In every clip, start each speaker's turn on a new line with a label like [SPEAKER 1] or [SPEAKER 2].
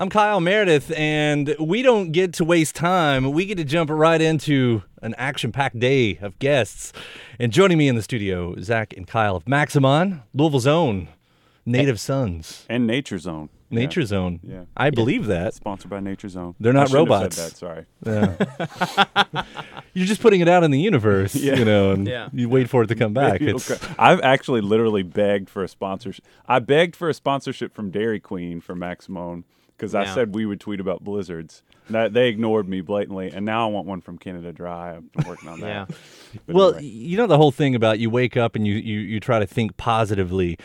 [SPEAKER 1] I'm Kyle Meredith, and we don't get to waste time. We get to jump right into an action packed day of guests. And joining me in the studio, Zach and Kyle of Maximon, Louisville's own Native Sons,
[SPEAKER 2] and Nature Zone. Yeah.
[SPEAKER 1] Nature Zone.
[SPEAKER 2] Yeah.
[SPEAKER 1] I believe that.
[SPEAKER 2] sponsored by Nature Zone.
[SPEAKER 1] They're not
[SPEAKER 2] I shouldn't have
[SPEAKER 1] robots.
[SPEAKER 2] said that, sorry.
[SPEAKER 1] You're just putting it out in the universe, you know, and
[SPEAKER 3] Yeah.
[SPEAKER 1] you wait for it to come back.
[SPEAKER 2] It'll
[SPEAKER 1] It's-
[SPEAKER 2] cra- I've actually literally begged for a sponsorship. I begged for a sponsorship from Dairy Queen for Maximone because I
[SPEAKER 3] Yeah.
[SPEAKER 2] said we would tweet about blizzards. That, they ignored me blatantly, and now I want one from Canada Dry. I'm working on that.
[SPEAKER 3] Yeah.
[SPEAKER 2] But
[SPEAKER 1] well,
[SPEAKER 2] anyway.
[SPEAKER 1] you know the whole thing about you wake up and you, you you try to think positively,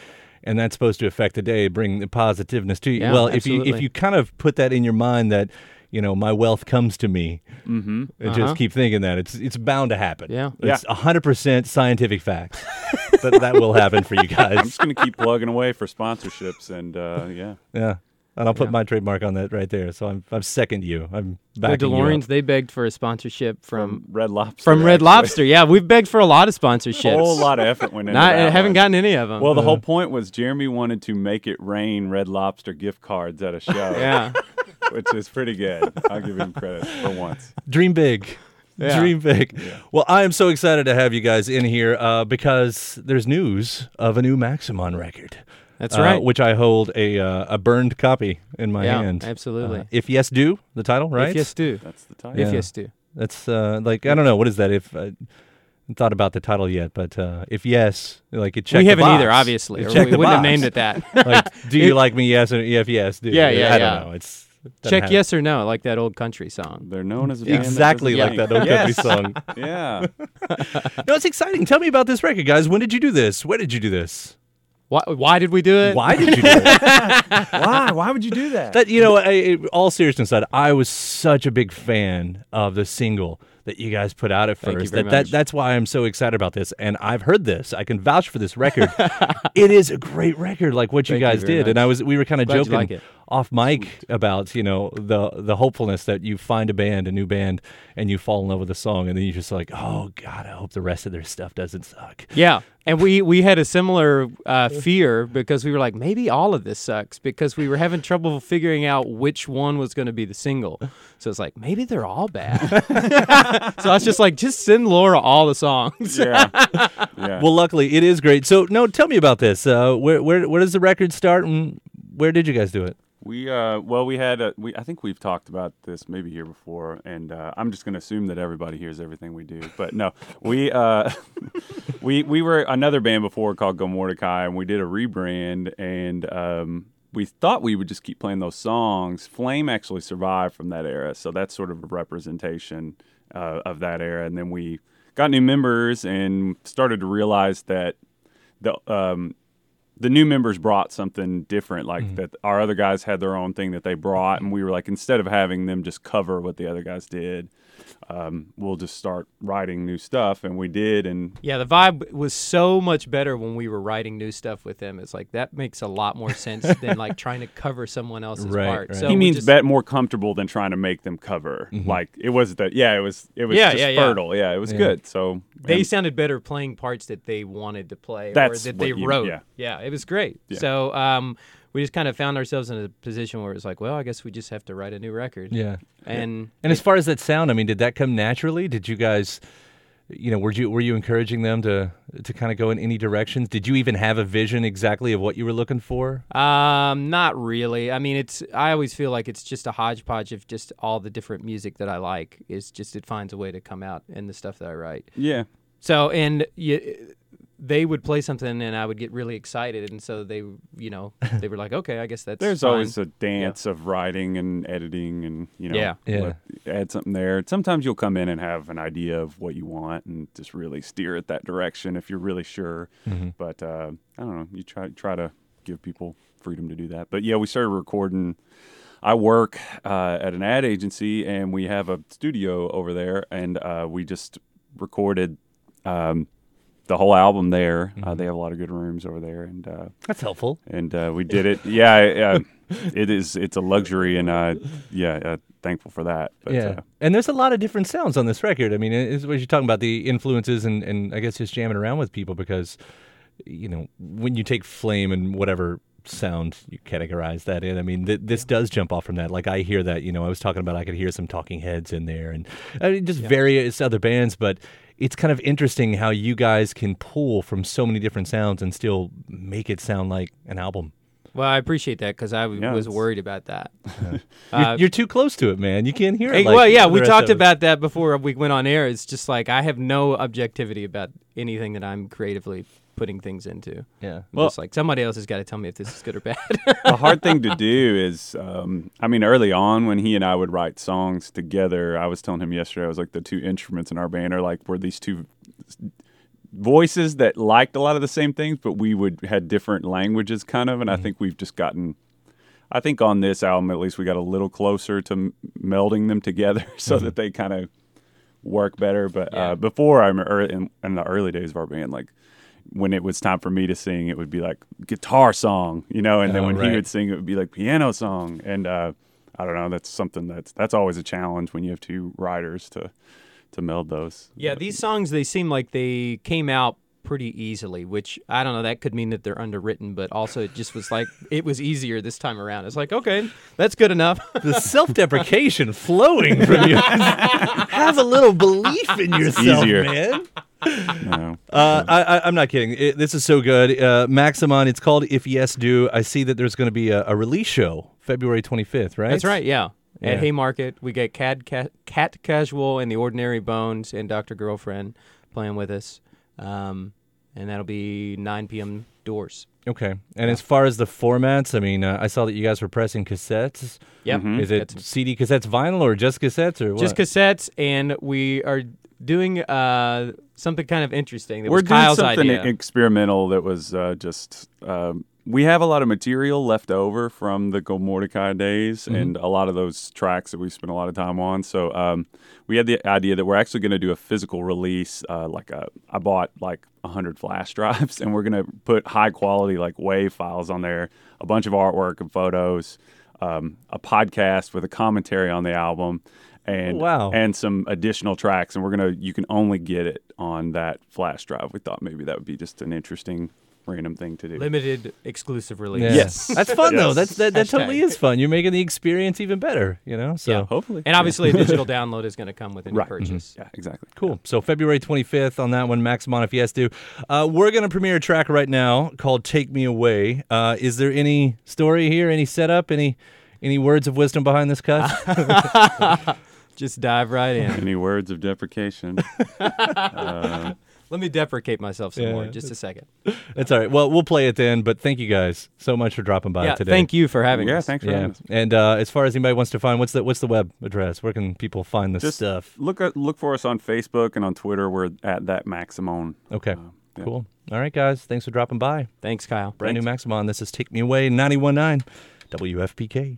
[SPEAKER 1] and that's supposed to affect the day, bring the positiveness to you.
[SPEAKER 3] Yeah,
[SPEAKER 1] well, if you if
[SPEAKER 3] absolutely.
[SPEAKER 1] you kind of put that in your mind that you know my wealth comes to me, mm-hmm. and
[SPEAKER 3] Uh-huh.
[SPEAKER 1] just keep thinking that it's it's bound to happen.
[SPEAKER 3] Yeah.
[SPEAKER 2] Yeah.
[SPEAKER 1] it's hundred percent scientific fact that that will happen for you
[SPEAKER 2] I'm
[SPEAKER 1] guys.
[SPEAKER 2] just going to keep plugging away for sponsorships, and uh, yeah.
[SPEAKER 1] Yeah. And I'll put my trademark on that right there. So I'm, I'm second you. I'm
[SPEAKER 3] The
[SPEAKER 1] back.
[SPEAKER 3] DeLoreans, they begged for a sponsorship from
[SPEAKER 2] Red Lobster.
[SPEAKER 3] from Red
[SPEAKER 2] actually.
[SPEAKER 3] Lobster. Yeah, we've begged for a lot of
[SPEAKER 2] A
[SPEAKER 3] sponsorships.
[SPEAKER 2] whole lot of effort went into
[SPEAKER 3] Not,
[SPEAKER 2] that
[SPEAKER 3] I haven't Uh-huh.
[SPEAKER 2] one.
[SPEAKER 3] gotten any of them.
[SPEAKER 2] Well, the whole point was Jeremy wanted to make it rain Red Lobster gift cards at a show.
[SPEAKER 3] yeah,
[SPEAKER 2] which is pretty good. I'll give him credit for once.
[SPEAKER 1] Dream big.
[SPEAKER 3] Yeah.
[SPEAKER 1] Dream big. Well, I am so excited to have you guys in here uh, because there's news of a new Maximon record.
[SPEAKER 3] That's
[SPEAKER 1] uh,
[SPEAKER 3] right.
[SPEAKER 1] Which I hold a uh, a burned copy in my
[SPEAKER 3] Yeah,
[SPEAKER 1] hand.
[SPEAKER 3] absolutely.
[SPEAKER 1] Uh, if yes do the title right.
[SPEAKER 3] if yes do,
[SPEAKER 2] That's the title.
[SPEAKER 1] Yeah.
[SPEAKER 3] if yes do.
[SPEAKER 1] That's uh, like I don't know what is that if. uh, I thought about the title yet but uh, if yes like it checked
[SPEAKER 3] we
[SPEAKER 1] the
[SPEAKER 3] haven't either,
[SPEAKER 1] box.
[SPEAKER 3] obviously.
[SPEAKER 1] It
[SPEAKER 3] Or we
[SPEAKER 1] checked the
[SPEAKER 3] wouldn't have
[SPEAKER 1] box.
[SPEAKER 3] named it that.
[SPEAKER 1] like do you like me yes or if yes do
[SPEAKER 3] Yeah, yeah,
[SPEAKER 1] I
[SPEAKER 3] yeah.
[SPEAKER 1] don't know it's doesn't
[SPEAKER 3] Check
[SPEAKER 1] have-
[SPEAKER 3] yes or no, like that old country song.
[SPEAKER 2] They're known as a band that
[SPEAKER 1] exactly
[SPEAKER 3] Yeah.
[SPEAKER 1] like that old
[SPEAKER 2] Yes.
[SPEAKER 1] country song
[SPEAKER 2] doesn't- Yeah.
[SPEAKER 1] No, it's exciting. Tell me about this record, guys. When did you do this? Where did you do this?
[SPEAKER 3] Why, why did we do it?
[SPEAKER 1] Why did you do it?
[SPEAKER 2] Why? Why would you do
[SPEAKER 1] that you know, I, it- all seriousness aside, I was such a big fan of the single that you guys put out at first.
[SPEAKER 3] you very
[SPEAKER 1] that, that
[SPEAKER 3] much.
[SPEAKER 1] that's why I'm so excited about this. And I've heard this. I can vouch for this record. it is a great record, like what you
[SPEAKER 3] Thank you
[SPEAKER 1] guys
[SPEAKER 3] very
[SPEAKER 1] did. And
[SPEAKER 3] much.
[SPEAKER 1] I was we were kind of
[SPEAKER 3] Glad you
[SPEAKER 1] joking
[SPEAKER 3] like it.
[SPEAKER 1] off mic about you know the the hopefulness that you find a band, a new band, and you fall in love with a song, and then you're just like, oh god, I hope the rest of their stuff doesn't suck.
[SPEAKER 3] Yeah. And we, we had a similar uh, fear because we were like, maybe all of this sucks because we were having trouble figuring out which one was going to be the single. So it's like, maybe they're all bad. so I was just like, just send Laura all the songs.
[SPEAKER 2] Yeah. Yeah.
[SPEAKER 1] Well, luckily it is great. So, no, tell me about this. Uh, where where where does the record start, and where did you guys do it?
[SPEAKER 2] we uh well we had a, we I think we've talked about this maybe here before and uh, I'm just going to assume that everybody hears everything we do. But no. We uh we we were another band before called Go Mordecai, and we did a rebrand, and um, we thought we would just keep playing those songs. Flame actually survived from that era, so that's sort of a representation uh, of that era. And then we got new members and started to realize that the um, the new members brought something different, like
[SPEAKER 3] Mm-hmm.
[SPEAKER 2] that our other guys had their own thing that they brought, and we were like, instead of having them just cover what the other guys did. Um, we'll just start writing new stuff, and we did, and
[SPEAKER 3] Yeah, the vibe was so much better when we were writing new stuff with them. It's like, that makes a lot more sense than like trying to cover someone else's
[SPEAKER 1] Right,
[SPEAKER 3] part.
[SPEAKER 1] right.
[SPEAKER 3] So
[SPEAKER 2] he
[SPEAKER 3] we
[SPEAKER 2] means
[SPEAKER 3] just- Mm-hmm.
[SPEAKER 2] bet more comfortable than trying to make them cover. Like it was that. Yeah, it was. It was
[SPEAKER 3] Yeah,
[SPEAKER 2] just
[SPEAKER 3] yeah, yeah.
[SPEAKER 2] fertile. Yeah. it was good. So
[SPEAKER 3] They
[SPEAKER 2] and-
[SPEAKER 3] sounded better playing parts that they wanted to play
[SPEAKER 2] That's
[SPEAKER 3] or that
[SPEAKER 2] what
[SPEAKER 3] they
[SPEAKER 2] you-
[SPEAKER 3] wrote.
[SPEAKER 2] yeah.
[SPEAKER 3] it was great. So um, we just kind of found ourselves in a position where it's like, well, I guess we just have to write a new record.
[SPEAKER 1] Yeah.
[SPEAKER 3] And
[SPEAKER 1] And as far as that sound, I mean, did that come naturally? Did you guys, you know, were you were you encouraging them to to kind of go in any directions? Did you even have a vision exactly of what you were looking for?
[SPEAKER 3] um, not really. I mean, it's I always feel like it's just a hodgepodge of just all the different music that I like. It's just it finds a way to come out in the stuff that I write.
[SPEAKER 2] Yeah.
[SPEAKER 3] So and you, they would play something and I would get really excited, and so they you know they were like, okay, I guess that's
[SPEAKER 2] There's
[SPEAKER 3] fine.
[SPEAKER 2] always a dance of writing and editing, and you know,
[SPEAKER 3] Yeah.
[SPEAKER 1] Yeah.
[SPEAKER 2] let- add something there. Sometimes you'll come in and have an idea of what you want, and just really steer it that direction if you're really sure. But uh, I don't know. You try try to give people freedom to do that. But yeah, we started recording. I work uh, at an ad agency, and we have a studio over there, and uh, we just recorded. Um, the whole album there. Uh, they have a lot of good rooms over there, and uh,
[SPEAKER 1] That's helpful.
[SPEAKER 2] and uh, we did it. Yeah, I, uh, it is. It's a luxury, and uh, yeah, uh, thankful for that. But,
[SPEAKER 1] yeah.
[SPEAKER 2] uh,
[SPEAKER 1] and there's a lot of different sounds on this record. I mean, it- it's what you're talking about the influences and, and I guess just jamming around with people because, you know, when you take Flame and whatever sound you categorize that in. I mean, th- this does jump off from that. Like I hear that, you know, I was talking about I could hear some Talking Heads in there, and I mean, just various other bands. But it's kind of interesting how you guys can pull from so many different sounds and still make it sound like an album.
[SPEAKER 3] Well, I appreciate that because I w-
[SPEAKER 2] Yeah,
[SPEAKER 3] was
[SPEAKER 2] it's-
[SPEAKER 3] worried about that.
[SPEAKER 1] you're, you're too close to it, man. You can't hear it.
[SPEAKER 3] Uh, Hey,
[SPEAKER 1] like
[SPEAKER 3] well, yeah,
[SPEAKER 1] the
[SPEAKER 3] we
[SPEAKER 1] rest
[SPEAKER 3] talked
[SPEAKER 1] of us.
[SPEAKER 3] about that before we went on air. It's just like I have no objectivity about anything that I'm creatively putting things into. I'm
[SPEAKER 1] Yeah.
[SPEAKER 2] Well-
[SPEAKER 3] just like somebody else has got to tell me if this is good or bad.
[SPEAKER 2] the hard thing to do is, um, I mean, early on when he and I would write songs together, I was telling him yesterday, I was like, the two instruments in our band are like, were these two voices that liked a lot of the same things, but we would had different languages kind of. And
[SPEAKER 1] Mm-hmm.
[SPEAKER 2] I think we've just gotten, I think on this album, at least we got a little closer to m- melding them together so
[SPEAKER 1] Mm-hmm.
[SPEAKER 2] that they kind of work better. But
[SPEAKER 3] Yeah.
[SPEAKER 2] uh, before I remember in, in the early days of our band, like when it was time for me to sing, it would be like guitar song, you know, and then
[SPEAKER 1] Oh,
[SPEAKER 2] when
[SPEAKER 1] right.
[SPEAKER 2] he would sing, it would be like piano song. And uh, I don't know, that's something that's that's always a challenge when you have two writers to to meld those.
[SPEAKER 3] Yeah, these songs they seem like they came out pretty easily, which I don't know. That could mean that they're underwritten, but also it just was like it was easier this time around. It's like okay, that's good enough.
[SPEAKER 1] the self-deprecation flowing from you. Have a little belief in yourself,
[SPEAKER 2] easier.
[SPEAKER 1] man.
[SPEAKER 2] You know.
[SPEAKER 1] Uh, I, I, I'm not kidding. It, this is so good. Uh, Maximon, it's called If Yes Do. I see that there's going to be a, a release show February 25th, right?
[SPEAKER 3] that's right. Yeah.
[SPEAKER 1] Yeah.
[SPEAKER 3] At Haymarket, we get Cad Ca- Cat Casual and the Ordinary Bones and Doctor Girlfriend playing with us, um, and that'll be 9 p.m. doors.
[SPEAKER 1] Okay. And as far as the formats, I mean, uh, I saw that you guys were pressing cassettes.
[SPEAKER 3] Yep.
[SPEAKER 2] Mm-hmm.
[SPEAKER 1] Is it CD cassettes, vinyl, or just cassettes, or what?
[SPEAKER 3] Just cassettes, and we are doing uh, something kind of interesting. That
[SPEAKER 2] We're
[SPEAKER 3] was Kyle's
[SPEAKER 2] doing something e-,
[SPEAKER 3] idea.
[SPEAKER 2] experimental that was uh, just. Um, we have a lot of material left over from the Go Mordecai days
[SPEAKER 3] Mm-hmm.
[SPEAKER 2] and a lot of those tracks that we spent a lot of time on. So um, we had the idea that we're actually going to do a physical release. Uh, like a, I bought like 100 flash drives and we're going to put high quality like WAV files on there, a bunch of artwork and photos, um, a podcast with a commentary on the album. And,
[SPEAKER 1] Wow.
[SPEAKER 2] and and some additional tracks and we're gonna you can only get it on that flash drive we thought maybe that would be just an interesting random thing to do
[SPEAKER 3] limited exclusive release.
[SPEAKER 1] Yeah.
[SPEAKER 2] Yes.
[SPEAKER 1] That's fun, though.
[SPEAKER 2] Yes.
[SPEAKER 1] That's, that that
[SPEAKER 3] Hashtag.
[SPEAKER 1] totally is fun. You're making the experience even better, you know? So.
[SPEAKER 3] Yeah.
[SPEAKER 2] hopefully
[SPEAKER 3] And obviously, a digital download is going to come with any
[SPEAKER 2] Right. Mhm.
[SPEAKER 3] purchase.
[SPEAKER 2] yeah exactly
[SPEAKER 1] Cool. So February 25th on that one, Maximon if yes do. Uh, we're going to premiere a track right now called "Take Me Away." Uh, is there any story here? Any setup? Any any words of wisdom behind this cut?
[SPEAKER 3] Just dive right in.
[SPEAKER 2] any words of deprecation Uh,
[SPEAKER 3] Let me deprecate myself some more,
[SPEAKER 1] Yeah.
[SPEAKER 3] just a second.
[SPEAKER 1] That's all right. Well, we'll play it then. But thank you guys so much for dropping by
[SPEAKER 3] Yeah,
[SPEAKER 1] today.
[SPEAKER 3] thank you for having
[SPEAKER 2] yeah
[SPEAKER 3] us.
[SPEAKER 2] thanks for having
[SPEAKER 1] Yeah.
[SPEAKER 2] us
[SPEAKER 1] And uh, as far as anybody wants to find, what's the what's the web address? Where can people find this
[SPEAKER 2] Just-
[SPEAKER 1] stuff?
[SPEAKER 2] look at, look for us on facebook and on twitter we're at that maximum
[SPEAKER 1] Okay.
[SPEAKER 2] um, yeah.
[SPEAKER 1] Cool. All right, guys. Thanks for dropping by.
[SPEAKER 3] Thanks, Kyle.
[SPEAKER 1] Brand new Maximon. This is "Take Me Away" 91.9 WFPK.